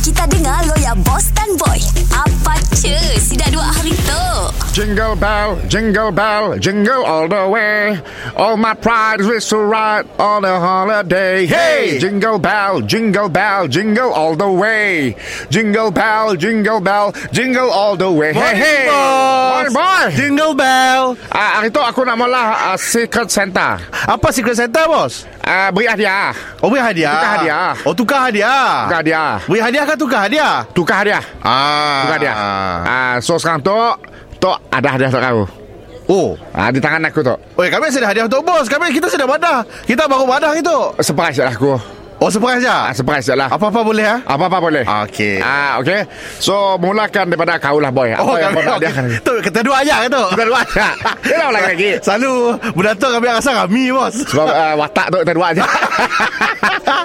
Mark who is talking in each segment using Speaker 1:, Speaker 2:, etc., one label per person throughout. Speaker 1: Kita dengar lo ya Boss dan Boy Apa cu Si dah dua hari tu
Speaker 2: Jingle bell, jingle bell, jingle all the way. All my pride is to ride on a holiday.
Speaker 3: Hey!
Speaker 2: Hey! Jingle bell, jingle bell, jingle all the way. Jingle bell, jingle bell, jingle all the way.
Speaker 3: Morning,
Speaker 2: hey, hey!
Speaker 3: boss.
Speaker 2: Morning, boy!
Speaker 3: Jingle bell.
Speaker 2: Ah, hari tu aku nak mula ah, Secret Santa.
Speaker 3: Apa secret Santa, bos?
Speaker 2: Ah, beri hadiah.
Speaker 3: Oh, beri hadiah.
Speaker 2: Tukar hadiah.
Speaker 3: Oh, tukar hadiah.
Speaker 2: Tukar hadiah.
Speaker 3: Beri hadiah ke tukar hadiah?
Speaker 2: Tukar hadiah.
Speaker 3: Ah.
Speaker 2: Tukar hadiah. Ah, so sekarang tu, tu ada hadiah untuk kau.
Speaker 3: Oh.
Speaker 2: Ah, di tangan aku tu.
Speaker 3: Oi, kami sudah hadiah untuk bos. Kami kita sudah badah. Kita baru badah itu.
Speaker 2: Surprise lah aku.
Speaker 3: Oh, surprise
Speaker 2: Ah,
Speaker 3: ya.
Speaker 2: surprise lah.
Speaker 3: Apa-apa boleh ah?
Speaker 2: Apa-apa boleh.
Speaker 3: Ah, okey.
Speaker 2: Ah, okey. So, mulakan daripada kau lah, boy. Apa
Speaker 3: Oh,
Speaker 2: yang
Speaker 3: kami
Speaker 2: kau nak hadiahkan?
Speaker 3: Tu kita dua ayah tu.
Speaker 2: Kita dua aja. Kita ulang lagi.
Speaker 3: Selalu budak tu kami rasa kami bos.
Speaker 2: Sebab uh, watak tu kita dua aja.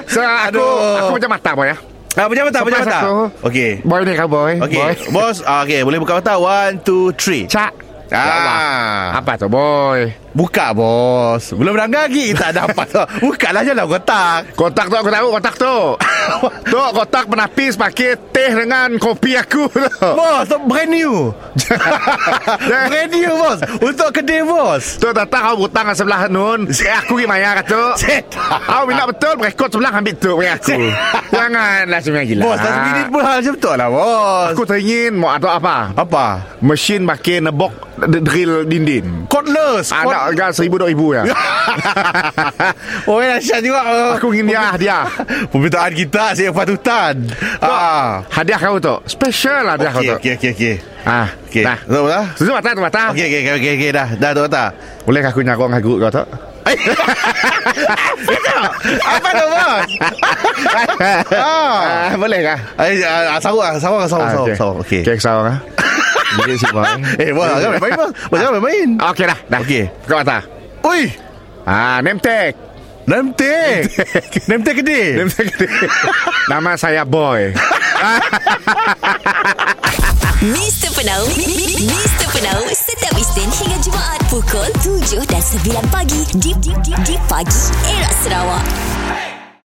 Speaker 2: so, aku,
Speaker 3: Aduh.
Speaker 2: aku macam mata, boy. Ya.
Speaker 3: Ah, pejam mata, pejam
Speaker 2: Surprise
Speaker 3: mata.
Speaker 2: aku.
Speaker 3: Okey.
Speaker 2: Boy ni kau, boy.
Speaker 3: Okey,
Speaker 2: Boy.
Speaker 3: bos. ah, Okey, boleh buka mata. One, two, three.
Speaker 2: Cak. Ya Allah.
Speaker 3: Ah.
Speaker 2: Apa tu, boy?
Speaker 3: Buka bos Belum berangkat lagi Tak dapat Buka lah je lah kotak
Speaker 2: Kotak tu aku tahu kotak tu. tu kotak penapis pakai teh dengan kopi aku tu.
Speaker 3: Bos tu brand new Brand new bos Untuk kedai bos
Speaker 2: Tu datang kau hutang kat sebelah nun. Eh, aku pergi maya kat tu.
Speaker 3: Set
Speaker 2: Kau minta betul rekod sebelah ambil tu bagi aku. Janganlah sebenarnya gila.
Speaker 3: Bos tak minit pun hal macam tu lah bos
Speaker 2: Aku teringin mau ada apa?
Speaker 3: Apa
Speaker 2: Mesin pakai nebok d- drill dinding.
Speaker 3: Cordless
Speaker 2: Ada harga seribu dua ribu ya.
Speaker 3: Oh ya Syah juga
Speaker 2: Aku ingin dia hadiah.
Speaker 3: Permintaan kita Saya patutan Ah
Speaker 2: Hadiah kau tu. Special lah, hadiah kau
Speaker 3: Okey
Speaker 2: tu.
Speaker 3: okey okey okey
Speaker 2: Ah,
Speaker 3: Okey
Speaker 2: Nah.
Speaker 3: Tahu tak
Speaker 2: Susu mata tu mata.
Speaker 3: Okey okey okey okey dah dah tu tak
Speaker 2: Boleh aku nyarong dengan guru kau tu?
Speaker 3: Apa tu bos Ah
Speaker 2: Ah, boleh kah?
Speaker 3: Eh, ah, sawah, sawah, sawah,
Speaker 2: Ah,
Speaker 3: sawah,
Speaker 2: okey.
Speaker 3: sawah. Okey.
Speaker 2: Okey, ah. sawah kah? Jadi si bang.
Speaker 3: Eh, bos, jangan main main, bos. Bos, jangan main main.
Speaker 2: Ah, Okey dah. Dah.
Speaker 3: Okey.
Speaker 2: Kau mata.
Speaker 3: Oi,
Speaker 2: Ah, name tag.
Speaker 3: nemtek. Nemtek gede.
Speaker 2: Name tag dia. Nama saya Boy.
Speaker 1: Mr. Penau Mr. Penau Setiap Isnin hingga Jumaat Pukul 7 dan 9 pagi Di, di, di, di pagi Era Sarawak